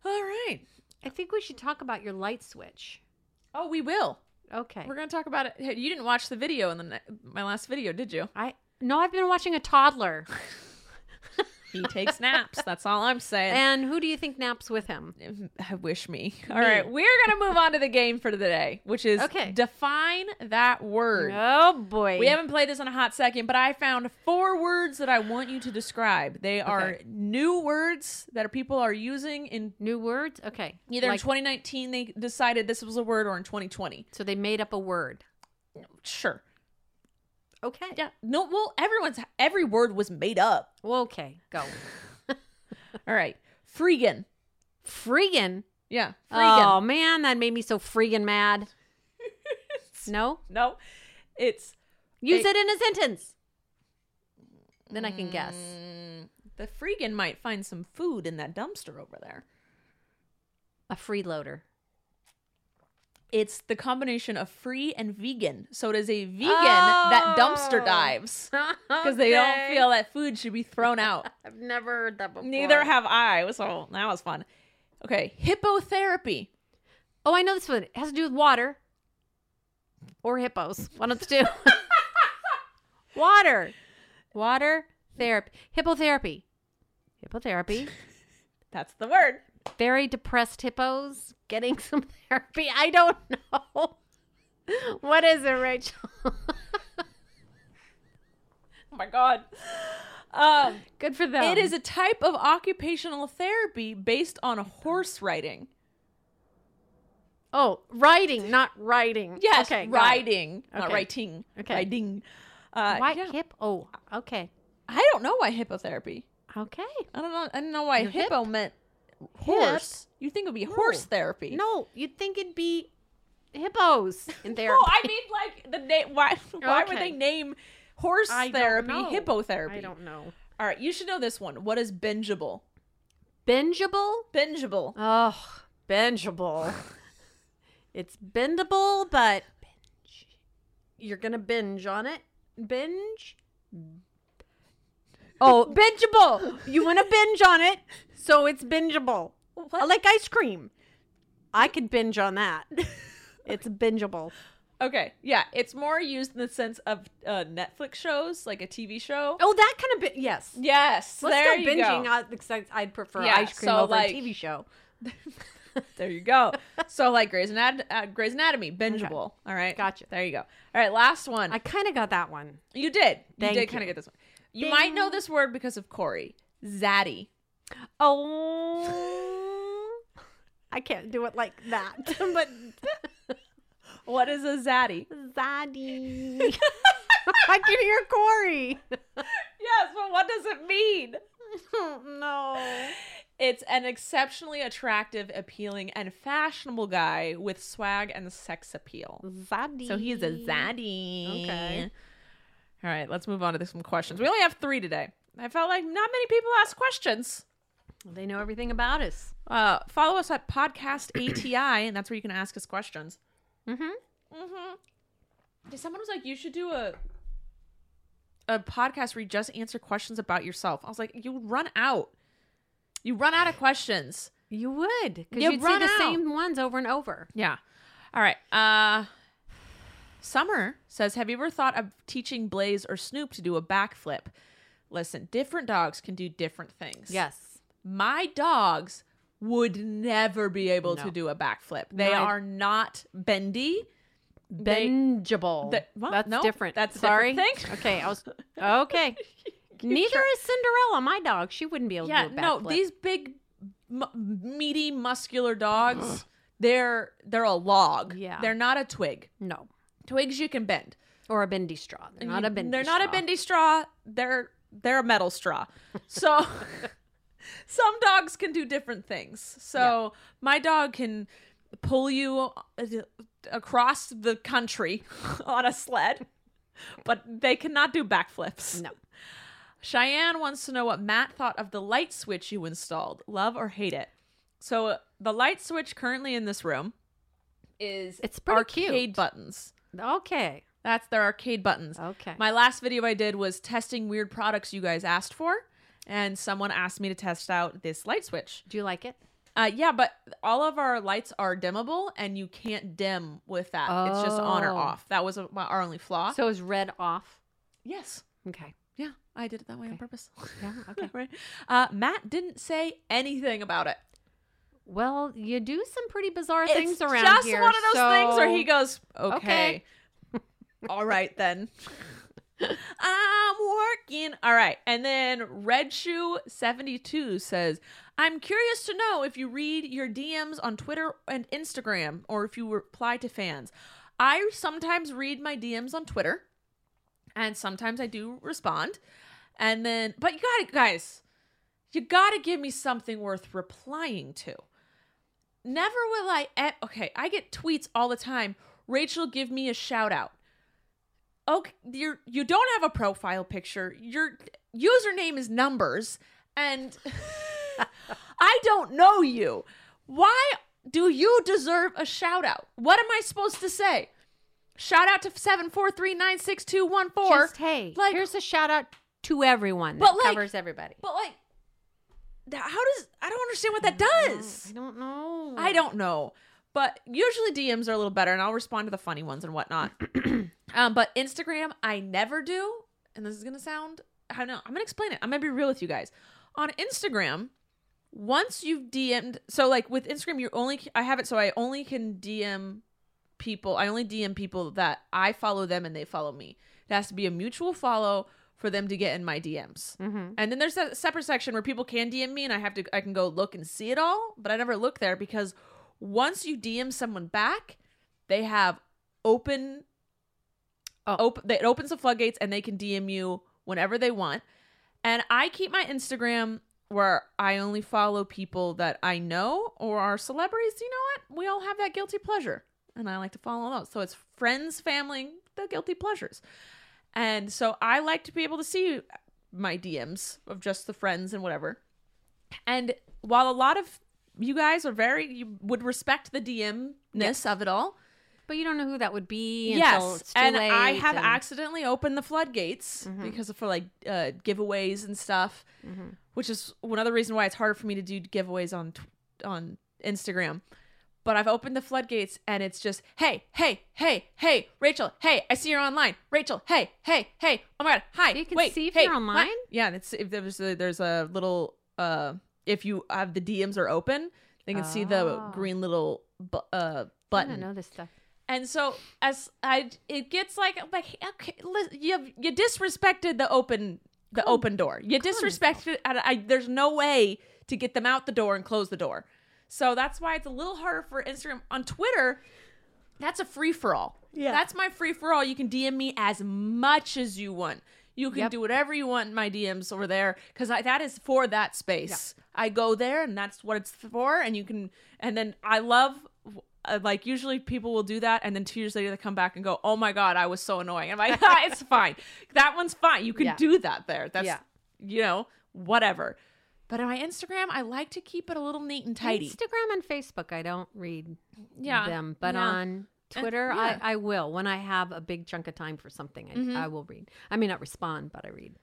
Speaker 1: All right.
Speaker 2: I think we should talk about your light switch.
Speaker 1: Oh, we will.
Speaker 2: Okay.
Speaker 1: We're gonna talk about it. Hey, You didn't watch the video in the ne- my last video, did you?
Speaker 2: I no, I've been watching a toddler.
Speaker 1: He takes naps. That's all I'm saying.
Speaker 2: and who do you think naps with him?
Speaker 1: wish me. All right, we're gonna move on to the game for today, which is
Speaker 2: Okay.
Speaker 1: define that word.
Speaker 2: Oh boy.
Speaker 1: We haven't played this in a hot second, but I found four words that I want you to describe. They are new words that people are using in
Speaker 2: new words. Okay.
Speaker 1: either in
Speaker 2: Like,
Speaker 1: 2019 they decided this was a word or in 2020.
Speaker 2: so they made up a word.
Speaker 1: Sure.
Speaker 2: Okay.
Speaker 1: Yeah. No, well, everyone's every word was made up.
Speaker 2: Well, okay. Go.
Speaker 1: All right. Freegan.
Speaker 2: Freegan.
Speaker 1: Yeah. Freegan.
Speaker 2: Oh man, that made me so freaking mad. no.
Speaker 1: No. It's
Speaker 2: Use
Speaker 1: They-
Speaker 2: it in a sentence. Then I can guess.
Speaker 1: Mm, the freegan might find some food in that dumpster over there.
Speaker 2: A freeloader.
Speaker 1: It's the combination of free and vegan. So it is a vegan that dumpster
Speaker 2: Oh.
Speaker 1: dives. because they don't feel that food should be thrown out.
Speaker 2: I've never heard that before.
Speaker 1: Neither have I. So that was fun. Okay, hippotherapy.
Speaker 2: Oh, I know this one. It has to do with water or hippos. One of the two. water. Water therapy. Hippotherapy. Hippotherapy.
Speaker 1: That's the word.
Speaker 2: Very depressed hippos getting some therapy. I don't know. What is it, Rachel?
Speaker 1: Oh my god. Um,
Speaker 2: Good for them.
Speaker 1: it is a type of occupational therapy based on horse riding.
Speaker 2: Oh, riding, not writing.
Speaker 1: Yes,
Speaker 2: Okay. got it.
Speaker 1: riding, not
Speaker 2: Okay.
Speaker 1: writing.
Speaker 2: Okay.
Speaker 1: Riding. Uh,
Speaker 2: Why
Speaker 1: yeah.
Speaker 2: hip? Oh, okay.
Speaker 1: I don't know why hippotherapy.
Speaker 2: Okay.
Speaker 1: I don't know. I don't know why
Speaker 2: Your
Speaker 1: hippo meant horse. You think it would be horse therapy?
Speaker 2: No, you'd think it'd be hippos in
Speaker 1: No,
Speaker 2: therapy.
Speaker 1: I mean like the name. Why? Why would
Speaker 2: Okay.
Speaker 1: they name horse
Speaker 2: I don't
Speaker 1: therapy
Speaker 2: know.
Speaker 1: hippo therapy?
Speaker 2: I don't know.
Speaker 1: All right, you should know this one. What is bingeable?
Speaker 2: Bingeable?
Speaker 1: Bingeable.
Speaker 2: Oh, bingeable. it's bendable, but binge. You're going to binge on it. Binge? Oh, bingeable. You want to binge on it, so it's bingeable.
Speaker 3: What?
Speaker 2: I like ice cream. I could binge on that. it's bingeable.
Speaker 1: Okay, yeah, it's more used in the sense of uh, Netflix shows, like a TV show.
Speaker 2: Oh, that kind of bit. Yes.
Speaker 1: Yes,
Speaker 2: Let's
Speaker 1: there
Speaker 2: go
Speaker 1: you
Speaker 2: binging
Speaker 1: go.
Speaker 2: out because I- I'd prefer
Speaker 1: Yeah,
Speaker 2: ice cream
Speaker 1: so,
Speaker 2: over
Speaker 1: like-
Speaker 2: a TV show.
Speaker 1: There you go. so like Grey's, Anat- uh, Grey's Anatomy, bingeable. All right,
Speaker 2: Gotcha.
Speaker 1: There you go. All right, last one.
Speaker 2: I kind of got that one.
Speaker 1: you did.
Speaker 2: Thank
Speaker 1: you did kind of
Speaker 2: you.
Speaker 1: get this one. You might know this word because of Corey. Zaddy.
Speaker 2: Oh, I can't do it like that. but
Speaker 1: What is a zaddy?
Speaker 2: Zaddy, I can hear Corey.
Speaker 1: Yes, but what does it mean?
Speaker 2: no.
Speaker 1: It's an exceptionally attractive, appealing, and fashionable guy with swag and sex appeal.
Speaker 2: Zaddy.
Speaker 1: So he is a zaddy.
Speaker 2: Mm. Okay.
Speaker 1: All right, let's move on to some questions. We only have three today. I felt like not many people ask questions.
Speaker 2: They know everything about us.
Speaker 1: Uh, follow us at podcast ATI, and that's where you can ask us questions.
Speaker 2: Mm-hmm.
Speaker 1: Mm-hmm. Someone was like, "You should do a a podcast where you just answer questions about yourself." I was like, "You run out. You run out of questions."
Speaker 2: You would because
Speaker 1: You
Speaker 2: you'd see
Speaker 1: run
Speaker 2: the
Speaker 1: out.
Speaker 2: same ones over and over.
Speaker 1: Yeah. All right. Uh Summer says, "Have you ever thought of teaching Blaze or Snoop to do a backflip?" Listen, different dogs can do different things.
Speaker 2: Yes.
Speaker 1: My dogs would never be able to
Speaker 2: No.
Speaker 1: do a backflip. They
Speaker 2: No.
Speaker 1: are not bendy. They-
Speaker 2: Bingeable.
Speaker 1: They- what?
Speaker 2: That's
Speaker 1: No,
Speaker 2: different.
Speaker 1: that's a
Speaker 2: sorry.
Speaker 1: different thing.
Speaker 2: Okay, I was okay. Neither is Cinderella, my dog. She wouldn't be able
Speaker 1: yeah,
Speaker 2: to do a
Speaker 1: no,
Speaker 2: backflip.
Speaker 1: these big mu- meaty muscular dogs, they're they're a log.
Speaker 2: Yeah.
Speaker 1: They're not a twig.
Speaker 2: no,
Speaker 1: Twigs you can bend.
Speaker 2: or a bendy straw. They're not
Speaker 1: You-
Speaker 2: a bendy.
Speaker 1: They're not a
Speaker 2: straw.
Speaker 1: bendy straw. They're they're a metal straw. So some dogs can do different things. So my dog can pull you uh, across the country on a sled, but they cannot do backflips.
Speaker 2: No.
Speaker 1: Cheyenne wants to know what Matt thought of the light switch you installed. Love or hate it? So uh, the light switch currently in this room is
Speaker 2: It's pretty
Speaker 1: arcade
Speaker 2: cute.
Speaker 1: buttons.
Speaker 2: Okay.
Speaker 1: That's their arcade buttons.
Speaker 2: Okay.
Speaker 1: My last video I did was testing weird products you guys asked for, and someone asked me to test out this light switch.
Speaker 2: Do you like it?
Speaker 1: Uh, yeah, but all of our lights are dimmable, and you can't dim with that. It's just on or
Speaker 2: Oh.
Speaker 1: off. That was my, our only flaw.
Speaker 2: So is red off?
Speaker 1: yes,
Speaker 2: Okay.
Speaker 1: yeah, I did it that way on
Speaker 2: Okay.
Speaker 1: purpose.
Speaker 2: Yeah. Okay.
Speaker 1: right. Uh, Matt didn't say anything about it.
Speaker 2: Well, you do some pretty bizarre
Speaker 1: it's
Speaker 2: things around
Speaker 1: just
Speaker 2: here.
Speaker 1: one of those things where he
Speaker 2: so-
Speaker 1: goes, "Okay,
Speaker 2: Okay.
Speaker 1: all right then." I'm working. All right. And then Red Shoe 72 says, "I'm curious to know if you read your DMs on Twitter and Instagram or if you reply to fans. I sometimes read my DMs on Twitter and sometimes I do respond. And then but you got to guys, you got to give me something worth replying to. Never will I. E- okay, I get tweets all the time. Rachel, give me a shout out. Okay, you're you don't have a profile picture. Your username is numbers, and I don't know you. Why do you deserve a shout out? What am I supposed to say? Shout out to seven four three nine six two one four.
Speaker 2: Just, hey,
Speaker 1: like-
Speaker 2: here's a shout out to everyone that
Speaker 1: But, like-
Speaker 2: covers everybody.
Speaker 1: But like, th- how does I don't understand what that does.
Speaker 2: Mm, I don't know.
Speaker 1: I don't know. But usually DMs are a little better, and I'll respond to the funny ones and whatnot. um, but Instagram, I never do. And this is gonna sound, I don't know. I'm gonna explain it. I'm gonna be real with you guys. On Instagram, once you've DM'd, so like with Instagram, you only I have it so I only can DM people. I only DM people that I follow them and they follow me. It has to be a mutual follow for them to get in my DMs.
Speaker 2: Mm-hmm.
Speaker 1: And then there's that separate section where people can DM me and I have to I can go look and see it all, but I never look there because once you DM someone back, they have open
Speaker 2: Oh.
Speaker 1: open it opens the floodgates and they can DM you whenever they want. And I keep my Instagram where I only follow people that I know or are celebrities. You know what? We all have that guilty pleasure. And I like to follow those. So it's friends, family, the guilty pleasures. And so I like to be able to see my DMs of just the friends and whatever. And while a lot of you guys are very, you would respect the DM ness of it all.
Speaker 2: But you don't know who that would be. until it's too
Speaker 1: and I
Speaker 2: late
Speaker 1: have
Speaker 2: and- Mm-hmm.
Speaker 1: accidentally opened the floodgates because of for like uh, giveaways and stuff, which is another reason why it's harder for me to do giveaways on tw- on Instagram. But I've opened the floodgates and it's just, hey, hey, hey, hey, Rachel, hey, I see you're online. Rachel, hey, hey, hey, oh my god, hi.
Speaker 2: You can
Speaker 1: wait,
Speaker 2: see if
Speaker 1: hey,
Speaker 2: you're
Speaker 1: what?"
Speaker 2: online?
Speaker 1: Yeah, and it's if there's a, there's a little uh if you have the DMs are open, they can see the
Speaker 2: Oh.
Speaker 1: green little bu- uh
Speaker 2: I don't
Speaker 1: button.
Speaker 2: know this stuff.
Speaker 1: And so as I it gets like I'm like okay lis- you you disrespected the open the open door. You disrespected and I there's no way to get them out the door and close the door. So that's why it's a little harder for Instagram on Twitter. That's a free for all.
Speaker 2: Yeah.
Speaker 1: That's my free for all. You can DM me as much as you want. You can
Speaker 2: Yep.
Speaker 1: do whatever you want in my DMs over there because that is for that space. I go there and that's what it's for. And you can, and then I love, uh, like, usually people will do that. And then two years later, they come back and go, oh my God, I was so annoying. I'm like, "Ah, it's fine. That one's fine. You can
Speaker 2: Yeah.
Speaker 1: do that there. That's,
Speaker 2: Yeah.
Speaker 1: you know, whatever. But on my Instagram, I like to keep it a little neat and tidy.
Speaker 2: Instagram and Facebook, I don't read
Speaker 1: Yeah,
Speaker 2: them, but
Speaker 1: yeah.
Speaker 2: on Twitter,
Speaker 1: yeah. Mm-hmm.
Speaker 2: I, I will. When I have a big chunk of time for something, I, I will read. I may not respond, but I read.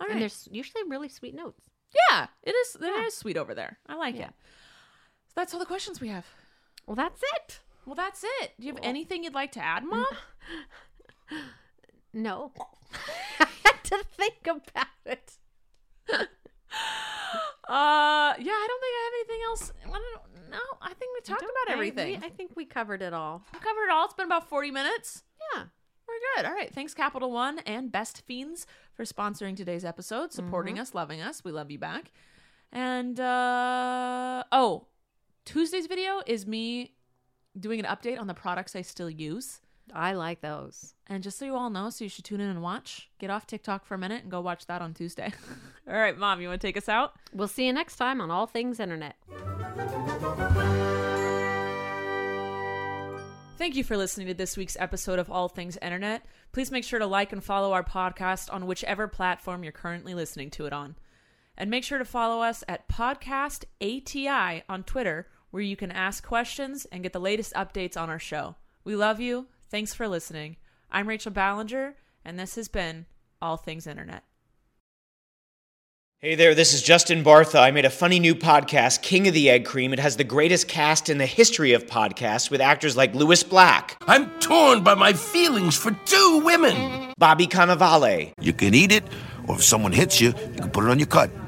Speaker 1: All
Speaker 2: And
Speaker 1: right.
Speaker 2: there's usually really sweet notes.
Speaker 1: Yeah, it is. It is sweet over there. I like it. So that's all the questions we have.
Speaker 2: Well, that's it.
Speaker 1: Well, that's it. Do you have anything you'd like to add, Mom?
Speaker 2: No. I had to think about it.
Speaker 1: Uh, yeah, I don't think I have anything else. I don't know. I think we talked
Speaker 2: Don't-
Speaker 1: about
Speaker 2: I- we-
Speaker 1: everything.
Speaker 2: I think we covered it all.
Speaker 1: we covered it all. It's been about 40 minutes.
Speaker 2: Yeah.
Speaker 1: We're good. All right. Thanks, Capital One and Best Fiends, for sponsoring today's episode, supporting us, loving us. We love you back. And, uh, oh, Tuesday's video is me doing an update on the products I still use.
Speaker 2: I like those.
Speaker 1: And just so you all know, so you should tune in and watch. Get off TikTok for a minute and go watch that on Tuesday. all right, Mom, you want to take us out?
Speaker 2: We'll see you next time on All Things Internet.
Speaker 1: Thank you for listening to this week's episode of All Things Internet. Please make sure to like and follow our podcast on whichever platform you're currently listening to it on. And make sure to follow us at Podcast ATI on Twitter, where you can ask questions and get the latest updates on our show. We love you. Thanks for listening. I'm Rachel Ballinger, and this has been All Things Internet.
Speaker 4: Hey there, this is Justin Bartha. I made a funny new podcast, King of the Egg Cream. It has the greatest cast in the history of podcasts with actors like Louis Black,
Speaker 5: I'm torn by my feelings for two women.
Speaker 4: Bobby Cannavale,
Speaker 6: You can eat it, or if someone hits you, you can put it on your cut.